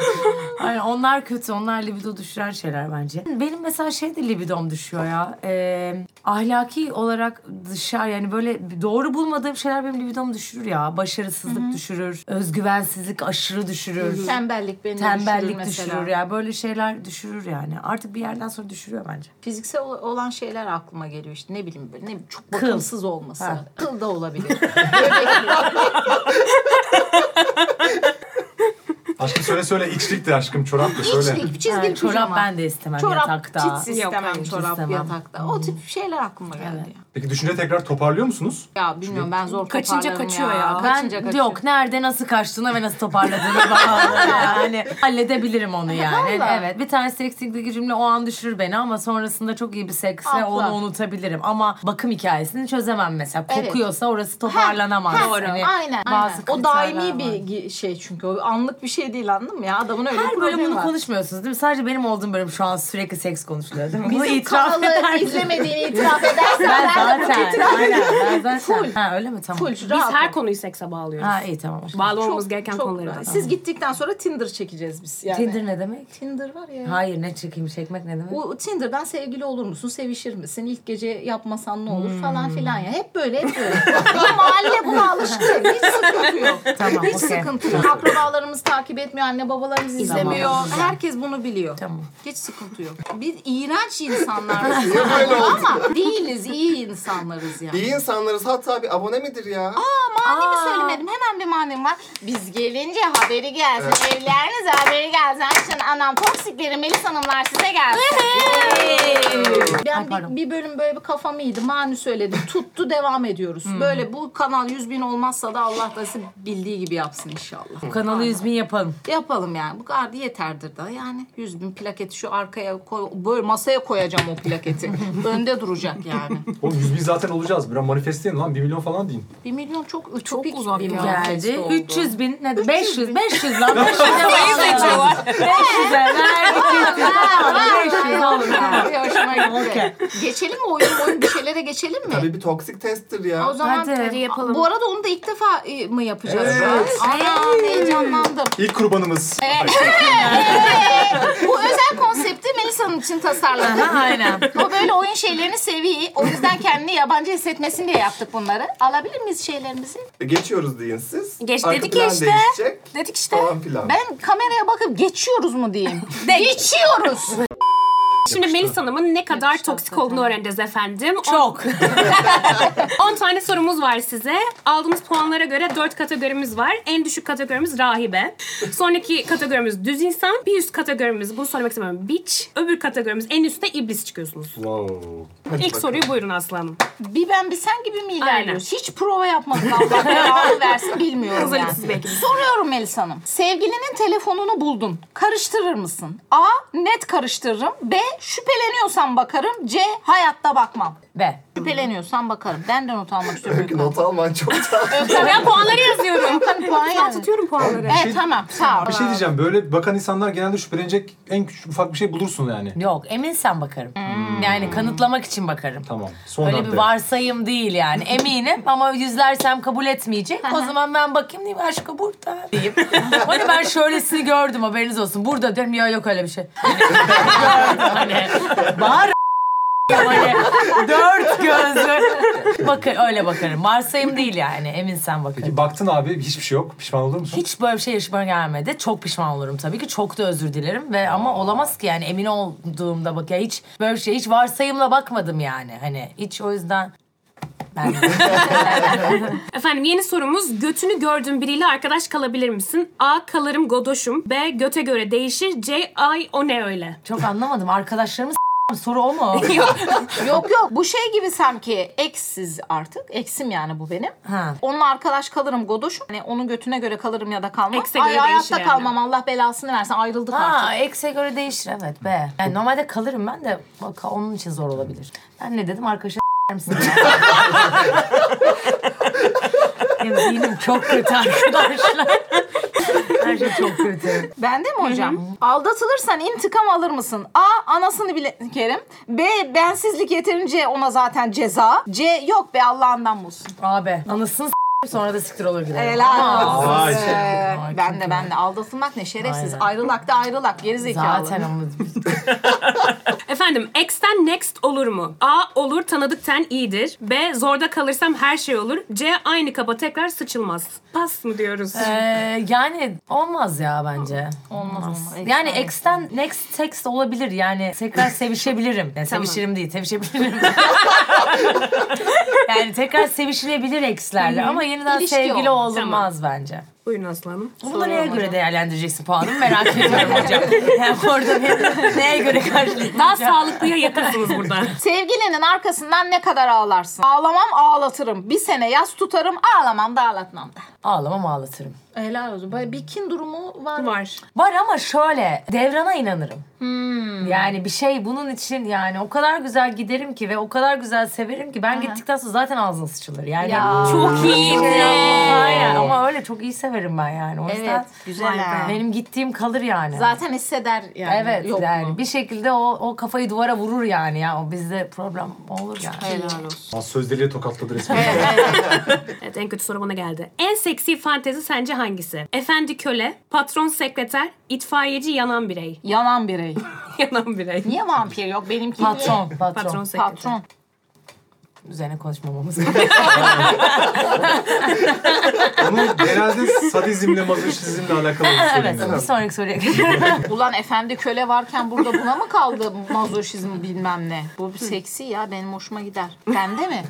B: Aynen, onlar kötü. Onlar libido düşüren şeyler bence. Benim mesela şey de libidom düşüyor ya. Ee, ahlaki olarak dışarı yani böyle doğru bulmadığım şeyler benim libidomu düşürür ya. Başarısızlık düşürür. Özgüvensizlik aşırı düşürür.
C: Tembellik beni de
B: Tembellik
C: mesela.
B: düşürür ya. Böyle şeyler düşürür yani. Artık bir yerden sonra düşürüyor bence.
C: Fiziksel ol- olan şeyler aklıma geliyor işte ne bileyim böyle ne bileyim, çok
B: Kıl.
C: bakımsız olması.
B: Ha.
C: Kıl da olabilir.
E: Aşkım söyle söyle içliktir aşkım çoraptır söyle.
C: İçlik, çizgili
B: Yani
C: pijama.
B: çorap ben de istemem
C: Çorap
B: yatakta.
C: çits istemem,
A: Yok, hayır,
C: çorap
B: istemem.
C: yatakta. O tip şeyler aklıma geldi. ya.
E: Peki düşünce tekrar toparlıyor musunuz?
C: Ya bilmiyorum ben zor
A: Kaçınca
C: toparlarım
A: kaçıyor ya.
B: Ben
C: Kaçınca kaçıyor.
B: yok nerede nasıl kaçtığına ve nasıl toparladığına bağlı yani. Halledebilirim onu yani.
C: Vallahi.
B: Evet bir tane sekslik cümle o an düşürür beni ama sonrasında çok iyi bir seksle
C: Atla.
B: onu unutabilirim. Ama bakım hikayesini çözemem mesela.
C: Evet.
B: Kokuyorsa orası toparlanamaz.
C: Ha,
B: Hani
C: Aynen.
B: bazı
C: aynen. O daimi
B: kriterler var.
C: bir gi- şey çünkü. O anlık bir şey değil anladın mı ya? Adamın öyle bir
B: Her bölüm
C: problemi
B: bunu
C: var.
B: konuşmuyorsunuz değil mi? Sadece benim olduğum bölüm şu an sürekli seks konuşuluyor değil mi? Bunu
C: Bizim
B: itiraf eder
C: kanalı
B: misin?
C: izlemediğini itiraf edersen
B: Ben
C: ben de
B: zaten. Aynen ben zaten.
C: Full.
B: Ha öyle mi? Tamam.
C: full
A: Biz
C: rahat
A: her
C: ol.
A: konuyu sekse bağlıyoruz.
B: Ha iyi tamam.
A: Bağlamamız
C: Çok-
A: gereken
C: çok
A: konuları.
C: rahat. Siz gittikten sonra Tinder çekeceğiz biz yani.
B: Tinder ne demek?
C: Tinder var ya.
B: Hayır ne çekeyim çekmek ne demek?
C: O Tinder'dan sevgili olur musun? Sevişir misin? İlk gece yapmasan ne olur falan filan ya. Hep böyle hep böyle. Bu mahalle buna alışık. Hiç sıkıntı yok.
B: Tamam,
C: Hiç
B: okey.
C: sıkıntı yok. Akrabalarımız takip etmiyor. Anne babalarımız izlemiyor. Herkes bunu biliyor.
B: Tamam.
C: Hiç sıkıntı yok. Biz iğrenç insanlarız.
D: Niye böyle oldu?
C: Ama değiliz. iyi insanlarız yani.
D: İyi insanlarız hatta bir abone midir ya?
C: Manemi söylemedim. Hemen bir manem var. Biz gelince haberi gelsin. Evlerinize haberi gelsin. Açın anam toksikleri Melis Hanımlar size gelsin.
B: Ay,
C: ben
B: pardon.
C: bir, bir bölüm böyle bir kafamı yedi. Mani söyledi. Tuttu devam ediyoruz. Böyle bu kanal 100 bin olmazsa da Allah da sizi bildiği gibi yapsın inşallah.
B: Bu kanalı 100 bin yapalım.
C: Yapalım yani. Bu kadar da yeterdir da yani. 100 bin plaketi şu arkaya koy. Böyle masaya koyacağım o plaketi. Önde duracak yani.
E: Oğlum 100 bin zaten olacağız. Biraz manifestleyin lan 1 milyon falan deyin.
C: 1 milyon çok ütopik
A: uzak
C: bir
A: ya.
C: manifesto
B: Geldi.
C: oldu.
B: 300 bin. Ne? 500. 500 lan. 500 veriyorlar. 500 veriyorlar. 500 olur.
C: Abi hoşuma gitti.
B: Okey.
C: Geçelim mi oyun oyun bir şeylere geçelim mi?
D: Tabii bir toksik testtir ya.
C: O zaman
B: Hadi.
A: yapalım.
C: bu arada onu da ilk defa e, mı yapacağız?
D: Evet.
C: Ana heyecanlandım.
E: İlk kurbanımız.
C: Bu özel konsepti Melisa'nın için tasarladık.
B: Aynen.
C: O böyle oyun şeylerini seviyor. O yüzden kendini yabancı hissetmesin diye yaptık bunları. Alabilir miyiz şeylerimizi?
D: Geçiyoruz deyin siz.
A: Geç
D: Arka
A: dedik
D: plan
A: işte.
D: değişecek
A: Dedik işte.
D: falan filan.
C: Ben kameraya bakıp geçiyoruz mu diyeyim. geçiyoruz.
A: Şimdi Melis Hanım'ın ne kadar toksik olduğunu öğreneceğiz efendim.
B: Çok.
A: 10 tane sorumuz var size. Aldığımız puanlara göre 4 kategorimiz var. En düşük kategorimiz rahibe. Sonraki kategorimiz düz insan. Bir üst kategorimiz bunu söylemek istemiyorum. Bitch. Öbür kategorimiz en üstte iblis çıkıyorsunuz.
E: Wow.
A: İlk soruyu buyurun Aslı Hanım.
C: Bir ben bir sen gibi mi ilerliyoruz?
A: Aynen.
C: Hiç prova yapmadık Allah belanı versin bilmiyorum
A: Hazırlıksız
C: yani.
A: belki.
C: Soruyorum Melis Hanım. Sevgilinin telefonunu buldun. Karıştırır mısın? A. Net karıştırırım. B. Şüpheleniyorsam bakarım. C. Hayatta bakmam.
B: Ve
C: Şüpheleniyorsam bakarım. Benden utanmak
D: Peki
C: istiyorum.
D: not alman çok da.
A: Ben puanları yazıyorum.
C: hani Puan
A: Tutuyorum puanları.
C: Evet tamam sağ ol.
E: Bir şey diyeceğim böyle bakan insanlar genelde şüphelenecek en küçük ufak bir şey bulursun yani.
B: yok eminsen bakarım. Yani kanıtlamak için bakarım.
E: Tamam. Son
B: Öyle
E: madde.
B: Hani bir varsayım değil yani. Eminim ama yüzlersem kabul etmeyecek. o zaman ben bakayım diyeyim aşkı burada diyeyim. hani ben şöylesini gördüm haberiniz olsun. Burada diyorum ya yok öyle bir şey. Hani, gördüm hani. Bağır hani dört gözlü. Bakın öyle bakarım. Varsayım değil yani. Emin sen bakarım.
E: Peki baktın abi hiçbir şey yok. Pişman olur musun?
B: Hiç böyle bir şey yaşıma gelmedi. Çok pişman olurum tabii ki. Çok da özür dilerim ve ama olamaz ki yani emin olduğumda bak ya hiç böyle bir şey hiç varsayımla bakmadım yani. Hani hiç o yüzden ben
A: Efendim yeni sorumuz götünü gördüğün biriyle arkadaş kalabilir misin? A. Kalırım godoşum. B. Göte göre değişir. C. Ay o ne öyle?
B: çok anlamadım. Arkadaşlarımız soru o mu?
C: Yok yok bu şey gibi sanki eksiz artık. Eksim yani bu benim.
B: Ha.
C: Onunla arkadaş kalırım Godoş'um. Hani onun götüne göre kalırım ya da kalmam.
A: Ekse
C: Ay,
A: göre değişir
C: hayatta
A: yani.
C: kalmam Allah belasını versin ayrıldık
B: Ha,
C: artık.
B: ekse göre değişir evet be. Yani normalde kalırım ben de bak onun için zor olabilir. Ben ne dedim arkadaşa misin? Benim dinim çok kötü arkadaşlar. Her şey çok kötü.
C: Bende mi hocam? Aldatılırsan intikam alır mısın? A. Anasını bile kerim. B. Bensizlik yeterince ona zaten ceza. C. Yok be Allah'ından bulsun.
B: Abi anasını s- sonra da siktir olur giderim.
C: Helal olsun.
E: Vay.
C: Ee,
B: Ay,
C: ben
B: çok
C: de ben de aldatılmak ne şerefsiz.
B: Aynen.
C: Ayrılak da ayrılak gerizekalı.
B: Zaten ama
A: Efendim X'ten next olur mu? A. Olur tanıdıkten iyidir. B. Zorda kalırsam her şey olur. C. Aynı kaba tekrar sıçılmaz. Pas mı diyoruz?
B: Ee, yani olmaz ya bence.
C: Olmaz, olmaz.
B: Yani
C: Eksen
B: ex'ten next text olabilir yani tekrar sevişebilirim. Yani sevişirim değil sevişebilirim. yani tekrar sevişilebilir ex'lerle ama yeniden
C: İlişki
B: sevgili
C: olmaz.
B: olmaz bence.
A: Buyurun aslanım.
B: Bunu neye göre değerlendireceksin puanımı merak ediyorum hocam. Yani orada bir neye göre karşılayacağım. Daha
A: sağlıklıya yakınsınız burada.
C: Sevgilinin arkasından ne kadar ağlarsın? Ağlamam ağlatırım. Bir sene yaz tutarım ağlamam da ağlatmam da.
B: Ağlamam ağlatırım.
C: Helal olsun. Böyle bir kin durumu var.
A: Var.
B: Var ama şöyle devrana inanırım.
C: Hmm.
B: Yani bir şey bunun için yani o kadar güzel giderim ki ve o kadar güzel severim ki ben gittikten sonra zaten ağzına sıçılır. Yani
C: Ya.
A: Çok iyiydi.
B: Aynen ama öyle çok iyi severim ben yani. O yüzden
C: Evet. Güzel. ha.
B: benim gittiğim kalır yani.
C: Zaten hisseder yani.
B: Evet
C: Yok
B: yani
C: mu?
B: bir şekilde o, o kafayı duvara vurur yani ya o bizde problem olur yani.
C: Helal olsun.
E: Aa, Sözdeliğe tokatladı resmen.
A: Evet en kötü soru bana geldi. En seksi fantezi sence hangisi? Efendi köle, patron sekreter, itfaiyeci yanan birey.
C: Yanan birey.
A: yanan birey.
C: Niye vampir yok? Benimki niye?
B: Patron, patron.
A: Patron sekreter.
C: Patron.
B: Üzerine konuşmamamız.
E: Onun genelde sadizmle, mazoşizmle alakalı bir şey sorun.
B: evet bir sonraki soruya geçelim.
C: Ulan efendi köle varken burada buna mı kaldı mazoşizm bilmem ne? Bu bir seksi ya benim hoşuma gider. Bende mi?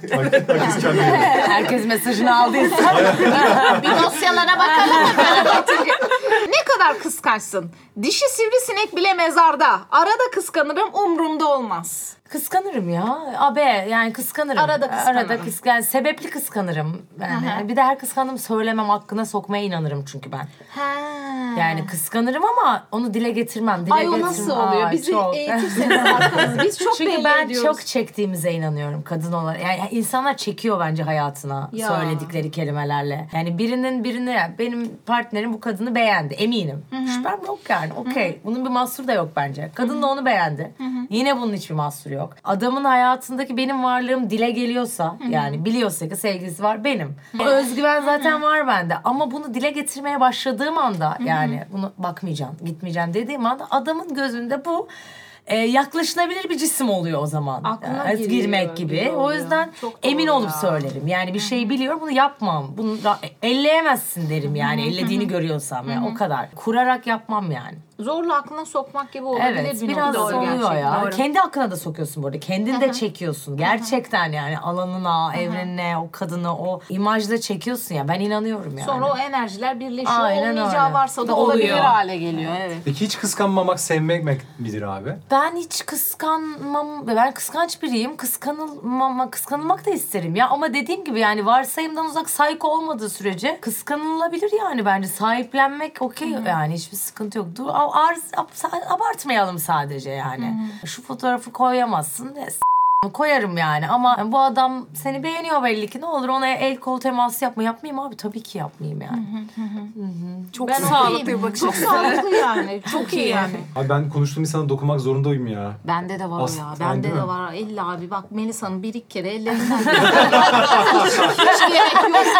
B: Herkes mesajını aldıysa.
C: bir dosyalara bakalım mı? böyle bakınca? ne kadar kıskançsın. Dişi sivrisinek bile mezarda. Arada kıskanırım umrumda olmaz.
B: kıskanırım ya. Abe yani kıskanırım.
C: Arada kıskanırım.
B: Arada kıs- yani sebepli kıskanırım. Yani. bir de her kıskandım söylemem hakkına sokmaya inanırım çünkü ben.
C: Ha.
B: Yani kıskanırım ama onu dile getirmem. Dile
C: Ay o
B: getirmem.
C: nasıl oluyor?
B: Ay,
C: Bizi
B: çok.
C: eğitirseniz arkanız. Biz çok
B: Çünkü
C: belli
B: ben
C: ediyoruz.
B: çok çektiğimize inanıyorum kadın olarak. Yani insanlar çekiyor bence hayatına
C: Ya.
B: söyledikleri kelimelerle. Yani birinin birine yani benim partnerim bu kadını beğendi eminim. Şüphem yok yani okey. Bunun bir mahsuru da yok bence. Kadın da onu beğendi. Yine bunun hiçbir mahsuru yok. Adamın hayatındaki benim varlığım dile geliyorsa yani biliyorsa ki sevgilisi var benim. Özgüven zaten var bende ama bunu dile getirmeye başladığım anda yani bunu bakmayacaksın gitmeyeceksin dediğim anda adamın gözünde bu e, yaklaşılabilir bir cisim oluyor o zaman.
C: Aklına
B: Yani
C: giriyor,
B: girmek gibi.
C: giriyor
B: o
C: ya.
B: yüzden
C: Çok doğru
B: emin olup
C: ya.
B: söylerim. Yani bir şey biliyorum bunu yapmam. Bunu ra- elleyemezsin derim yani. Ellediğini görüyorsam ya o kadar. Kurarak yapmam yani.
C: Zorla aklına sokmak gibi olabilir
B: Evet
C: bir
B: biraz
C: noktada
B: oluyor
C: gerçekten.
B: ya.
A: doğru.
B: Kendi aklına da sokuyorsun bu arada. Kendini de çekiyorsun. Gerçekten yani alanına, evrenine, o kadını, o imajda çekiyorsun ya. Ben inanıyorum yani.
C: Sonra o enerjiler birleşiyor.
B: Aynen
C: Olmayacağı
B: öyle.
C: varsa da
B: Oluyor.
C: olabilir hale geliyor. Evet.
E: Peki hiç kıskanmamak sevmemek midir abi?
B: Ben hiç kıskanmam, ben kıskanç biriyim. Kıskanılmama, kıskanılmak da isterim ya. Ama dediğim gibi yani varsayımdan uzak psycho olmadığı sürece kıskanılabilir yani bence. Sahiplenmek okey yani hiçbir sıkıntı yok. Dur, a- arz, ab- abartmayalım sadece yani. Şu fotoğrafı koyamazsın. E, s- koyarım yani ama bu adam seni beğeniyor belli ki ne olur ona el kol teması yapma yapmayayım abi tabii ki yapmayayım yani.
A: Çok
C: Ben
A: sağlıklı
C: okeyim.
A: bir bakış
C: Çok
A: açısı.
C: sağlıklı yani. Çok iyi
A: iyi.
C: yani.
E: Abi ben konuştuğum insana dokunmak zorundayım ya.
C: Bende de var o ya.
E: Aslında,
C: Bende
E: değil
C: de
E: mi?
C: var. İlla abi bak Melisa'nın bir iki kere ellerinden Hiç gerek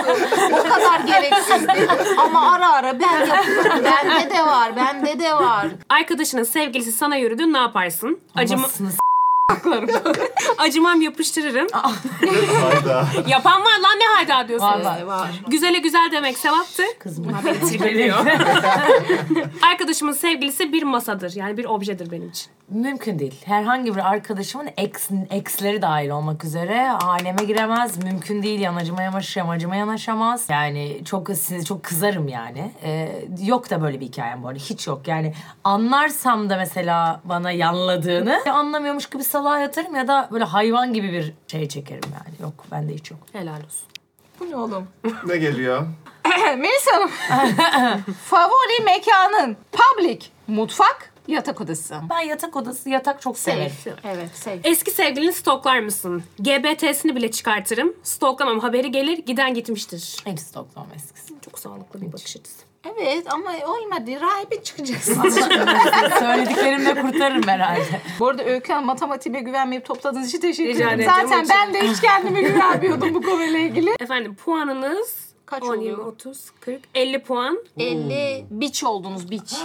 C: yoktu. O kadar gereksizdi. Ama ara ara ben yapıyorum. Bende de var. Bende de var.
A: Arkadaşının sevgilisi sana yürüdü ne yaparsın? Acıma,
B: Nasılsınız?
A: acımam yapıştırırım.
D: Hayda.
A: Yapan var lan ne hayda diyorsunuz.
B: Vallahi.
C: Var.
A: Güzele güzel demek sevaptır.
B: Kızım.
A: Arkadaşımın sevgilisi bir masadır. Yani bir objedir benim için.
B: Mümkün değil. Herhangi bir arkadaşımın ex, exleri dahil olmak üzere haneme giremez. Mümkün değil. Yanacıma yamaş, yamacıma yanaşamaz. Yani çok sizi çok kızarım yani. Ee, yok da böyle bir hikayem bu arada. Hiç yok. Yani anlarsam da mesela bana yanladığını anlamıyormuş gibi salağa yatarım ya da böyle hayvan gibi bir şey çekerim yani. Yok bende hiç yok.
A: Helal olsun.
C: Bu ne oğlum?
D: Ne geliyor?
C: Melisa Hanım. Favori mekanın? Public. Mutfak. Yatak odası.
B: Ben yatak odası, yatak çok severim.
C: Safe. Evet safe.
A: Eski sevgilini stoklar mısın? GBT'sini bile çıkartırım. Stoklamam haberi gelir giden gitmiştir.
B: Hepsi toplam eskisi.
A: Çok sağlıklı bir bakış açısı.
C: Evet ama olmadı. Rahibe çıkacaksın.
B: Söylediklerimle kurtarırım herhalde.
C: Bu arada Öykü Hanım matematiğe güvenmeyip topladığınız için teşekkür
A: Rica
C: ederim.
A: ederim.
C: Zaten ben de hiç kendime güvenmiyordum bu konuyla ilgili.
A: Efendim puanınız
C: Kaç
A: 10, 20,
C: oluyor?
A: 30, 40, 50 puan.
C: 50 biç oldunuz biç. Mis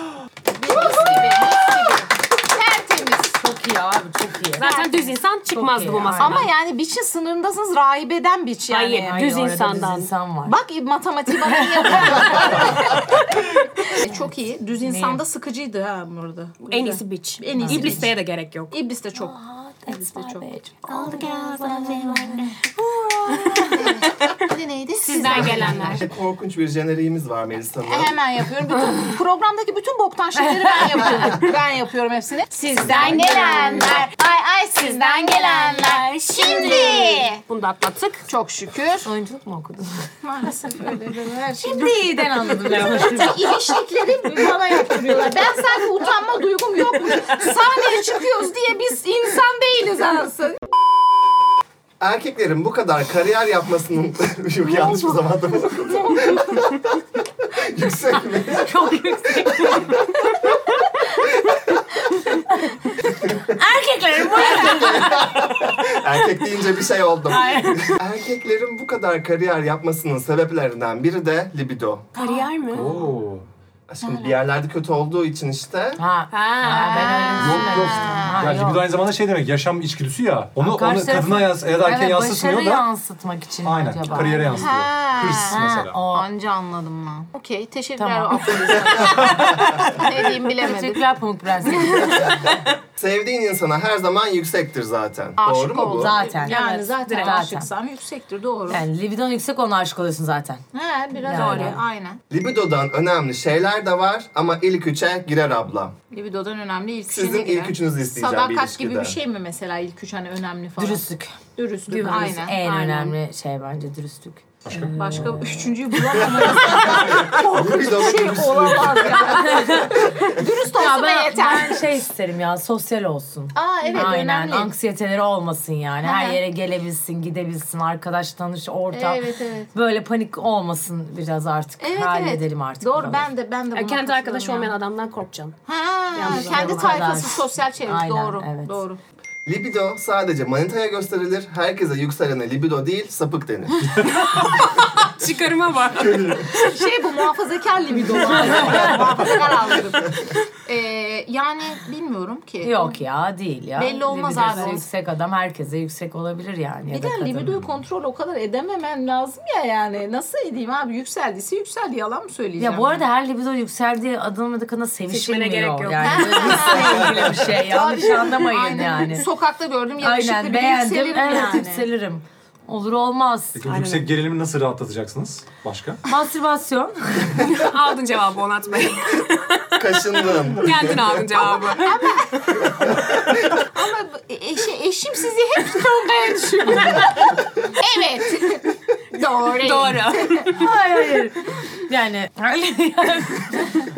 C: gibi, mis gibi. Tertemiz.
B: Çok iyi abi çok iyi.
A: Zaten düz insan çıkmazdı
B: iyi,
A: bu masadan.
C: Ama yani biçin sınırındasınız rahibeden biç yani.
A: Hayır.
B: Ay,
A: Düz
B: orada
A: insandan.
B: Düz insan var.
C: Bak matematiği bana iyi yapıyor. Çok iyi. Düz insanda sıkıcıydı ha burada.
A: en iyisi bitch.
C: En iyisi
A: İblisteye de gerek yok.
C: İblis de çok.
B: That's
C: my
B: my bitch.
A: All the girls I
C: Bir de neydi?
A: Sizden gelenler.
D: Korkunç bir jeneriğimiz var Melisa'nın.
C: Hemen yapıyorum. Bütün, programdaki bütün boktan şeyleri ben yapıyorum. Ben yapıyorum hepsini. Sizden gelenler. Ay ay sizden gelenler. Şimdi.
A: Bunu da atlattık.
C: Çok şükür.
B: Oyunculuk mu okudun?
C: Maalesef öyle böyle her şey.
B: Şimdiden anladım ben.
C: İlişkileri bana yaptırıyorlar. Ben sanki utanma duygum yokmuş. Sahneye çıkıyoruz diye biz insan değiliz anasın.
D: Erkeklerin bu kadar kariyer yapmasının... Yok yanlış bir zamanda mı okudum? Yüksek mi?
B: Çok yüksek. Erkeklerin bu
D: Erkek deyince bir şey oldum. Erkeklerin bu kadar kariyer yapmasının sebeplerinden biri de libido.
A: Kariyer mi?
E: Oo.
D: Şimdi bir yerlerde kötü olduğu için işte
B: Ha. Ha, ben öyle
E: Yok yok.
B: Ha,
E: Ya
B: yok.
E: libido aynı zamanda şey demek yaşam içgüdüsü ya. Onu, onu
B: Karşı tarafı-
E: kadına yans ya da erkeğe
B: evet,
E: yansıtmıyor
B: başarı
E: da.
B: yansıtmak için
E: Aynen.
B: acaba.
E: Kariyere yansıtıyor.
C: Ha.
E: Hırs
B: Ha,
E: mesela.
B: o.
C: Anca anladım lan. Okey. Teşekkürler.
B: Tamam.
C: Aferin. ne diyeyim bilemedim.
B: Teşekkürler Pamuk Prenses.
D: sevdiğin insana her zaman yüksektir zaten.
C: Aşık
D: Doğru mu
C: ol
D: bu?
B: zaten.
C: Yani zaten
A: direkt.
C: aşıksam yüksektir doğru.
B: Yani libidon yüksek ona aşık oluyorsun zaten.
C: He biraz
B: Yani.
C: öyle aynen.
D: Libidodan önemli şeyler de var ama ilk üçe girer ablam.
C: Libidodan önemli ilk üçe ne
D: Sizin
C: girer?
D: ilk üçünüzü isteyeceğim bir
C: Sadakat
D: ilişkide.
C: gibi bir şey mi mesela ilk üç hani önemli falan?
B: Dürüstlük.
C: Dürüstlük
B: Güven
C: aynen.
B: en
C: aynen.
B: önemli şey bence dürüstlük.
C: Başka üçüncüyü bulamadım.
D: Libido ve dürüstlük.
C: şey Olamaz ya. Dürüst olsun
B: Ya
C: be
B: ben,
C: yeter.
B: ben şey isterim ya sosyal olsun.
C: Aa evet
B: Aynen
C: önemli.
B: anksiyeteleri olmasın yani.
C: Hı
B: Her
C: hı.
B: yere gelebilsin, gidebilsin, arkadaş tanış, ortak.
C: Evet, evet.
B: Böyle panik olmasın biraz artık.
C: Evet
B: Halledelim
C: evet.
B: artık.
C: Doğru
B: bunu.
C: ben de ben de
A: Ya
C: buna
A: kendi arkadaş
C: katılıyorum
A: olmayan
C: ya.
A: adamdan korkacağım.
C: Ha,
A: Yalnız
C: kendi
A: adam.
C: tayfası
B: Arkadaş.
C: sosyal çevre
B: Aynen,
C: doğru
B: evet.
C: doğru.
D: Libido sadece manitaya gösterilir. Herkese yükselene libido değil sapık denir.
A: Çıkarıma bak.
C: Şey bu muhafazakar libido var. muhafazakar algıdım. Ee, yani bilmiyorum ki.
B: Yok ya değil ya.
C: Belli olmaz
B: Libidosu
C: abi.
B: yüksek adam herkese yüksek olabilir yani. ya
C: Bir
B: da
C: de
B: kadın.
C: libidoyu kontrol o kadar edememen lazım ya yani. Nasıl edeyim abi? Yükseldiyse yükseldi. Yalan mı söyleyeceğim?
B: Ya bu arada her libido yükseldiği adamın da kadına sevişilmiyor.
A: gerek yok.
B: Yani böyle hisle ilgili bir şey. Yanlış anlamayın
C: Aynen.
B: yani.
C: Sokakta gördüm yakışıklı
B: Aynen
C: biri
B: beğendim.
C: yükselirim
B: Evet
C: yani.
B: yükselirim. Olur olmaz.
E: Peki bu yüksek gerilimi nasıl rahatlatacaksınız? Başka?
B: Mastürbasyon.
A: aldın cevabı Onat Bey.
D: Kaşındın.
A: Kendin aldın cevabı.
C: Ama bu- e, eşi- eşim sizi hep sormaya düşüyor. evet. Doğru.
A: Doğru.
B: hayır hayır. Yani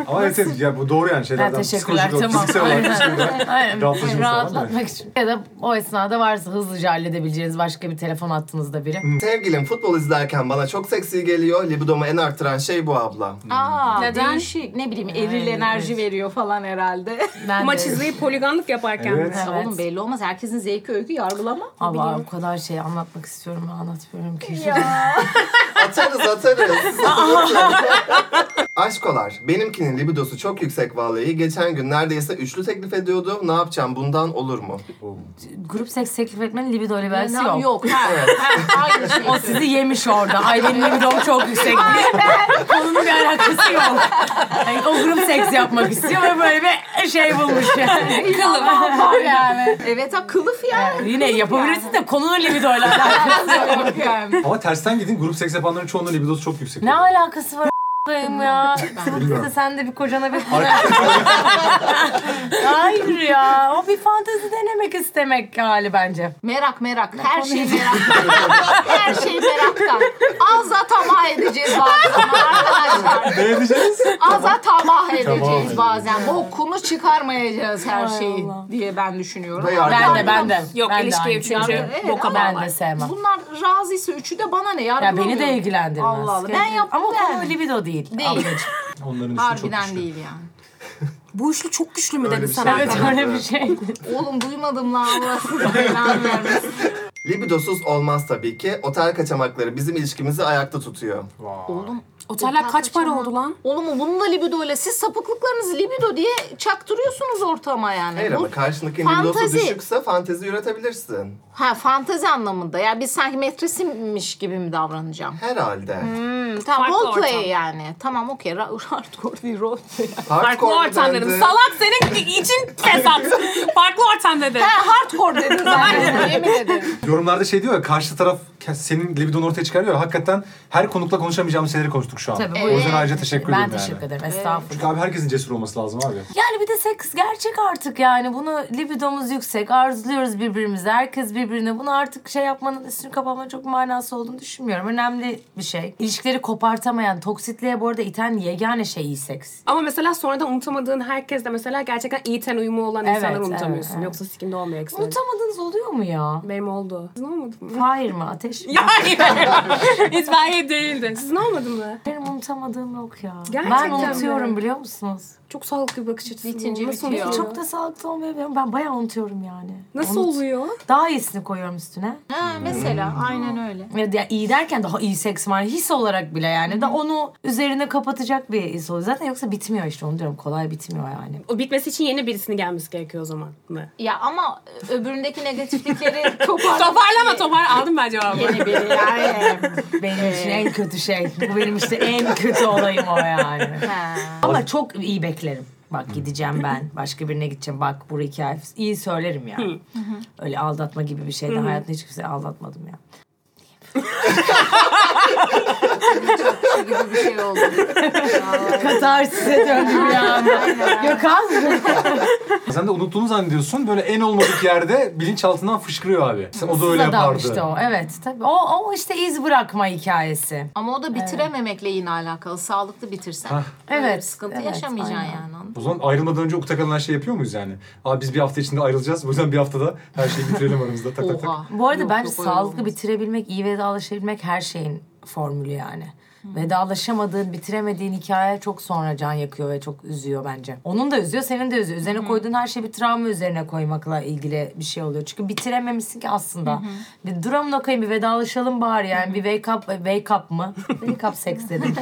E: Ama evet, evet, ya bu doğru yani
B: Ha,
E: şeylerden.
B: teşekkürler
E: psikolojik olarak,
B: tamam.
E: fiziksel olarak
B: Aynen. Aynen.
E: rahatlayıcı falan,
B: Rahatlatmak için. Ya da o esnada varsa hızlıca halledebileceğiniz başka bir telefon attığınızda
C: Hmm.
B: biri.
D: Sevgilim futbol izlerken bana çok seksi geliyor. Libidomu en artıran şey bu abla.
C: Aa,
A: Neden?
C: değişik. Ne bileyim eril
B: Aynen,
C: enerji veriyor falan herhalde.
B: Ben de-
A: Maç izleyip poliganlık yaparken. mi?
E: Evet.
B: Evet.
C: Oğlum belli olmaz. Herkesin zevki öykü yargılama.
B: Allah o kadar şey anlatmak istiyorum anlatmıyorum ki.
D: Atarız atarız. Aşkolar. Benimkinin libidosu çok yüksek vallahi. Geçen gün neredeyse üçlü teklif ediyordu. Ne yapacağım bundan olur mu?
B: Grup seks teklif etmenin libido libidası
C: Yok.
B: yok.
C: Yok. Ha, ha, aynı şey.
B: O sizi yemiş orada. Ay benim libidom çok yüksek. Onun bir alakası yok. Yani o grup seks yapmak istiyor ve böyle bir şey bulmuş yani.
C: Kılıf. Var yani. Evet ha kılıf yani.
B: Yine yapabilirsin de konunun libidoyla alakalı.
C: Yok yani.
E: Ama tersten gidin grup seks yapanların çoğunun libidosu çok yüksek.
B: Ne alakası var a**ayım ya?
E: Bilmiyorum.
B: Sen de bir kocana bir Hayır ya. O bir fantezi denemek istemek hali bence.
C: Merak merak. Her şey meraktan. Her şey meraktan. Ağza tamah edeceğiz bazen arkadaşlar.
E: ne edeceğiz?
C: Ağza tamah edeceğiz
E: edeceğiz.
C: bazen. Bokunu çıkarmayacağız her
B: Ay
C: şeyi
B: Allah.
C: diye ben düşünüyorum.
D: Vay arkadaş.
B: Ben de ben de.
A: Yok
B: ben de
A: ilişkiye
B: aynı.
A: üçüncü
C: Evet,
A: boka
C: ama-
B: Ben
A: bağlar.
B: de sevmem.
C: Bunlar razıysa üçü de bana ne
B: Ya
C: yargılamıyor.
B: beni de ilgilendirmez.
C: Allah Allah. Ben yaptım
B: Ama
C: ben.
B: konu libido değil.
C: Değil.
B: ablacığım.
E: Onların üstü çok
C: Harbiden
E: güçlü.
C: değil yani.
A: Bu üçlü çok güçlü mü
D: Öyle
A: dedi
D: bir
A: sana?
D: şey.
B: Evet öyle bir şey.
C: Oğlum duymadım lan Allah'ını belanı vermesin.
D: Libidosuz olmaz tabii ki. Otel kaçamakları bizim ilişkimizi ayakta tutuyor.
E: Vay.
A: Oteller kaç para oldu lan?
C: Oğlum bunun da libidoyla siz sapıklıklarınızı libido diye çaktırıyorsunuz ortama yani.
D: Hayır
C: Bu-
D: ama karşındakinin libidosu
C: fantezi.
D: düşükse fantezi üretebilirsin.
C: Ha fantezi anlamında. Yani biz sanki metresimmiş gibi mi davranacağım?
D: Herhalde.
C: Hı, tamam
A: Farklı
C: roleplay
A: ortam.
C: yani. Tamam okey. Ra- Hardcore değil roleplay.
A: Farklı
D: Hardcore
A: ortamların.
D: dendi.
A: Salak senin için fesat. Farklı ortam dedi.
C: Ha hardcore dedin zaten. Yemin ederim.
E: Yorumlarda şey diyor ya karşı taraf senin libidonu ortaya çıkarıyor. Hakikaten her konukla konuşamayacağımız şeyleri konuştuk şu an.
B: Tabii,
E: o
B: buyurun.
E: yüzden ayrıca teşekkür
B: ben
E: ediyorum
B: teşekkür
E: yani.
B: ederim. Estağfurullah.
E: Çünkü abi herkesin cesur olması lazım abi.
B: Yani bir de seks gerçek artık yani. Bunu libidomuz yüksek. Arzuluyoruz birbirimizi. Herkes birbirine. Bunu artık şey yapmanın üstünü kapamanın çok manası olduğunu düşünmüyorum. Önemli bir şey. İlişkileri kopartamayan, toksitliğe bu arada iten yegane şey iyi seks.
A: Ama mesela sonradan unutamadığın herkesle mesela gerçekten iyi ten uyumu olan
B: Evet,
A: insanları
B: evet,
A: unutamıyorsun.
B: evet.
A: Yoksa sikimde olmuyor ekstra.
B: Unutamadığınız oluyor mu ya?
A: Benim oldu. Sizin olmadı mı?
B: Hayır mı? Ateş mi?
A: Hayır. Hiç ben hep değildi. Sizin olmadı mı?
B: Benim unutamadığım yok ya.
A: Gerçekten
B: ben unutuyorum
A: mi?
B: biliyor musunuz?
A: Çok sağlıklı bir bakış açısı. bu.
C: Bitince
A: Nasıl
C: bitiyor.
A: unutuyor?
B: Çok da sağlıklı olmayabiliyorum. Ben bayağı unutuyorum yani.
A: Nasıl
B: Unut-
A: oluyor?
B: Daha iyisini koyuyorum üstüne.
C: Ha, mesela aynen öyle.
B: Ya da- iyi derken daha iyi seks var his olarak bile yani. Da onu üzerine kapatacak bir his oluyor. Zaten yoksa bitmiyor işte onu diyorum. Kolay bitmiyor yani.
A: O bitmesi için yeni birisinin gelmesi gerekiyor o zaman mı?
C: Ya ama öbüründeki negatiflikleri toparlamak.
A: Toparlama topar. Aldım ben cevabı.
C: Yeni biri yani.
B: Benim
C: Ee.
B: için en kötü şey. Bu benim işte en kötü olayım o yani.
C: Ha.
B: Ama çok iyi beklerim. Bak gideceğim ben. Başka birine gideceğim. Bak bu iki ay. İyi söylerim yani. Öyle aldatma gibi bir şeyde hayatımda hiç kimseyi aldatmadım ya.
C: gibi bir şey oldu.
B: Katarsize döndüm ya. Gökhan.
E: Sen de unuttuğunu zannediyorsun. Böyle en olmadık yerde bilinçaltından fışkırıyor abi. O da öyle
B: Adam
E: yapardı.
B: işte o. Evet tabii. O, o işte iz bırakma hikayesi.
C: Ama o da bitirememekle yine alakalı. Sağlıklı bitirsen.
E: Hah.
C: böyle bir
B: Evet,
C: Sıkıntı
B: evet,
C: yaşamayacaksın
B: aynen.
C: yani. onun.
E: O zaman ayrılmadan önce ukta kalan şey yapıyor muyuz yani? Abi biz bir hafta içinde ayrılacağız. Bu yüzden bir haftada her şeyi bitirelim aramızda. Tak tak tak.
C: Oha.
B: Bu arada
C: Yok,
B: bence
C: yok, öyle
B: sağlıklı
C: olmaz.
B: bitirebilmek, iyi vedalaşabilmek her şeyin formülü yani. Vedalaşamadığın, bitiremediğin hikaye çok sonra can yakıyor ve çok üzüyor bence. Onun da üzüyor, senin de üzüyor. Üzerine koyduğun her şey bir travma üzerine koymakla ilgili bir şey oluyor. Çünkü bitirememişsin ki aslında. Bir duralım bakayım, bir vedalaşalım bari yani. Bir wake up, wake up mı? Wake up seks dedim.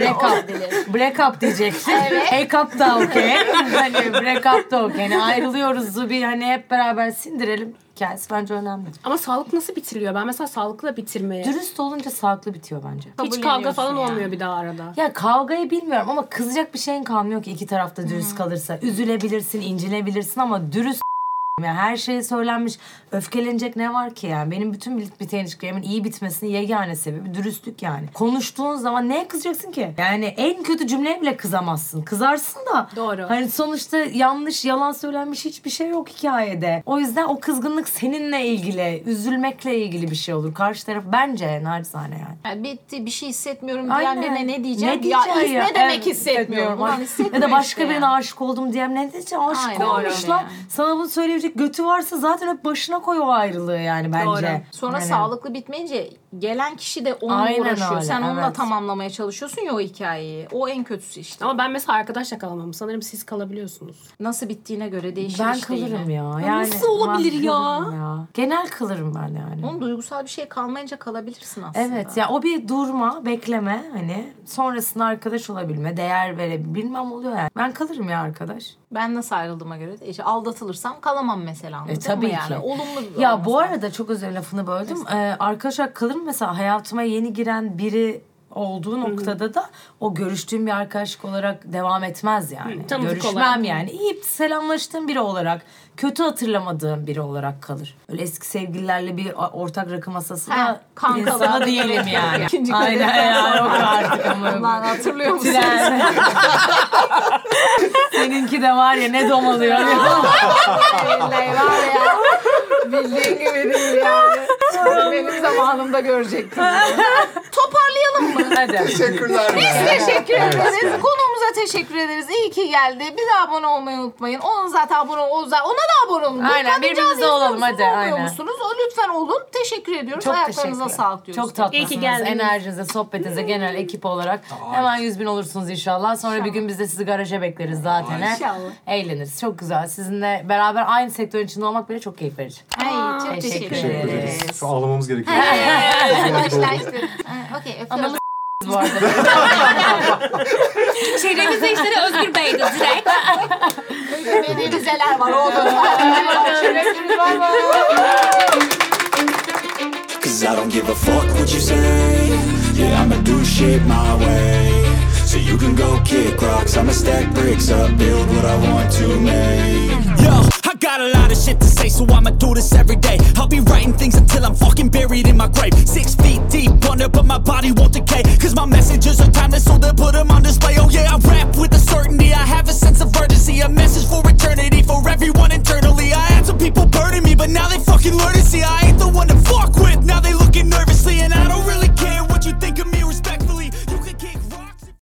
B: break up. break up diyeceksin. Wake up da okey. hani break up da okey. Yani ayrılıyoruz bir hani hep beraber sindirelim. Hikayesi bence önemli.
A: Ama sağlık nasıl bitiriliyor? Ben mesela sağlıkla bitirmeye.
B: Dürüst olunca sağlıklı bitiyor bence.
A: Hiç kavga
C: kabulleniyorsun
A: falan
C: yani.
A: olmuyor bir daha arada.
B: Ya kavgayı bilmiyorum ama kızacak bir şeyin kalmıyor ki iki tarafta dürüst kalırsa. Üzülebilirsin, incinebilirsin ama dürüst ya her şey söylenmiş. Öfkelenecek ne var ki yani? Benim bütün bilip biten ilişkilerimin iyi bitmesinin yegane sebebi dürüstlük yani. Konuştuğun zaman neye kızacaksın ki? Yani en kötü cümleye bile kızamazsın. Kızarsın da.
A: Doğru.
B: Hani sonuçta yanlış, yalan söylenmiş hiçbir şey yok hikayede. O yüzden o kızgınlık seninle ilgili, üzülmekle ilgili bir şey olur. Karşı taraf bence naçizane yani.
C: Yani bitti bir şey hissetmiyorum
B: Aynen.
C: diyen birine ne diyeceğim?
B: Ne diyeceğim
C: ya, iz
B: ya?
C: ne demek
B: Evet,
C: hissetmiyorum? Ulan
B: hissetmiyorum. Ya
C: hissetmiyor
B: da başka
C: işte
B: birine
C: ya.
B: aşık oldum diyen ne diyeceğim? Aşık
C: Aynen öyle
B: olmuşlar.
C: yani.
B: Sana bunu söyleyebilecek götü varsa zaten hep başına koy o ayrılığı yani bence. Hani
A: Doğru.
C: Sonra
B: Aynen.
C: sağlıklı bitmeyince gelen kişi de onunla
B: Aynen
C: uğraşıyor.
B: öyle,
C: Sen onunla
B: evet.
C: tamamlamaya çalışıyorsun ya o hikayeyi. O en kötüsü işte.
A: Ama ben mesela arkadaşla kalamam. Sanırım siz kalabiliyorsunuz.
C: Nasıl bittiğine göre değişir
B: Ben
C: işte
B: kalırım
C: yine.
B: ya. Yani,
A: nasıl olabilir
B: ben
A: ya?
B: kalırım ya? Genel kalırım ben yani.
C: Onun duygusal bir şey kalmayınca kalabilirsin aslında.
B: Evet ya o bir durma, bekleme hani sonrasında arkadaş olabilme, değer verebilmem oluyor yani. Ben kalırım ya arkadaş.
C: Ben nasıl ayrıldığıma göre de işte aldatılırsam kalamam mesela. anladın
B: E
C: mı
B: tabii
C: yani?
B: ki.
C: Olumlu bir
B: Ya
C: olması
B: bu
C: lazım.
B: arada çok özür lafını böldüm. Ee, arkadaşlar kalır mı mesela hayatıma yeni giren biri olduğu noktada da o görüştüğüm bir arkadaşlık olarak devam etmez yani.
A: Hı, tanıdık
B: Görüşmem
A: olarak.
B: yani. İyi selamlaştığım biri olarak, kötü hatırlamadığım biri olarak kalır. Öyle eski sevgililerle bir a- ortak rakı masası da
C: Ha, kankalar.
B: insana diyelim yani.
C: İkinci
B: Aynen
C: kadeh
B: ya yok artık ama.
C: Ulan hatırlıyor musun?
B: Tren. Seninki de var ya ne domalıyor.
C: Vallahi var ya. Bildiğin gibi değil yani. Benim zamanımda görecektim. Toparlayalım mı?
B: Hadi.
D: Teşekkürler.
C: Teşekkür ederiz. Konuğumuza teşekkür ederiz. İyi ki geldi. Bize abone olmayı unutmayın. Onun zaten abone ol. Ona da abone olun.
B: Aynen,
C: Kadıncağız
B: birbirimize
C: izliyor
B: olalım,
C: musunuz,
B: hadi,
C: olmuyor
B: aynen.
C: Musunuz? O lütfen olun. Teşekkür ediyoruz.
B: Çok
C: Ayaklarınıza
B: teşekkür.
C: sağlık diyoruz.
B: Çok tatlısınız.
A: İyi ki geldiniz.
B: Enerjinize, sohbetinize, genel ekip olarak. Hemen 100 bin olursunuz inşallah. Sonra bir gün biz de sizi garaja bekleriz zaten. he.
C: İnşallah.
B: Eğleniriz. Çok güzel. Sizinle beraber aynı sektörün içinde olmak bile çok keyif verici.
C: Ay, çok teşekkür,
B: teşekkür
E: Teşekkür
C: ederiz.
E: ederiz. Şu an ağlamamız gerekiyor.
C: Arkadaşlar işte. Ha, Okey öpüyorum.
B: Bu arada.
A: Çevremizde işte de Özgür Bey'di direkt.
C: Beni vizeler var oğlum. Çileklerimiz var var.
F: Cause I don't give a fuck what you say. Yeah, I'ma do shit my way. So you can go kick rocks, I'ma stack bricks up, build what I want to make. Yo, I Got a lot of shit to say, so I'ma do this every day. I'll be writing things until I'm fucking buried in my grave. Six feet deep under, but my body won't decay. Cause my messages are timeless, so they'll put them on display. Oh,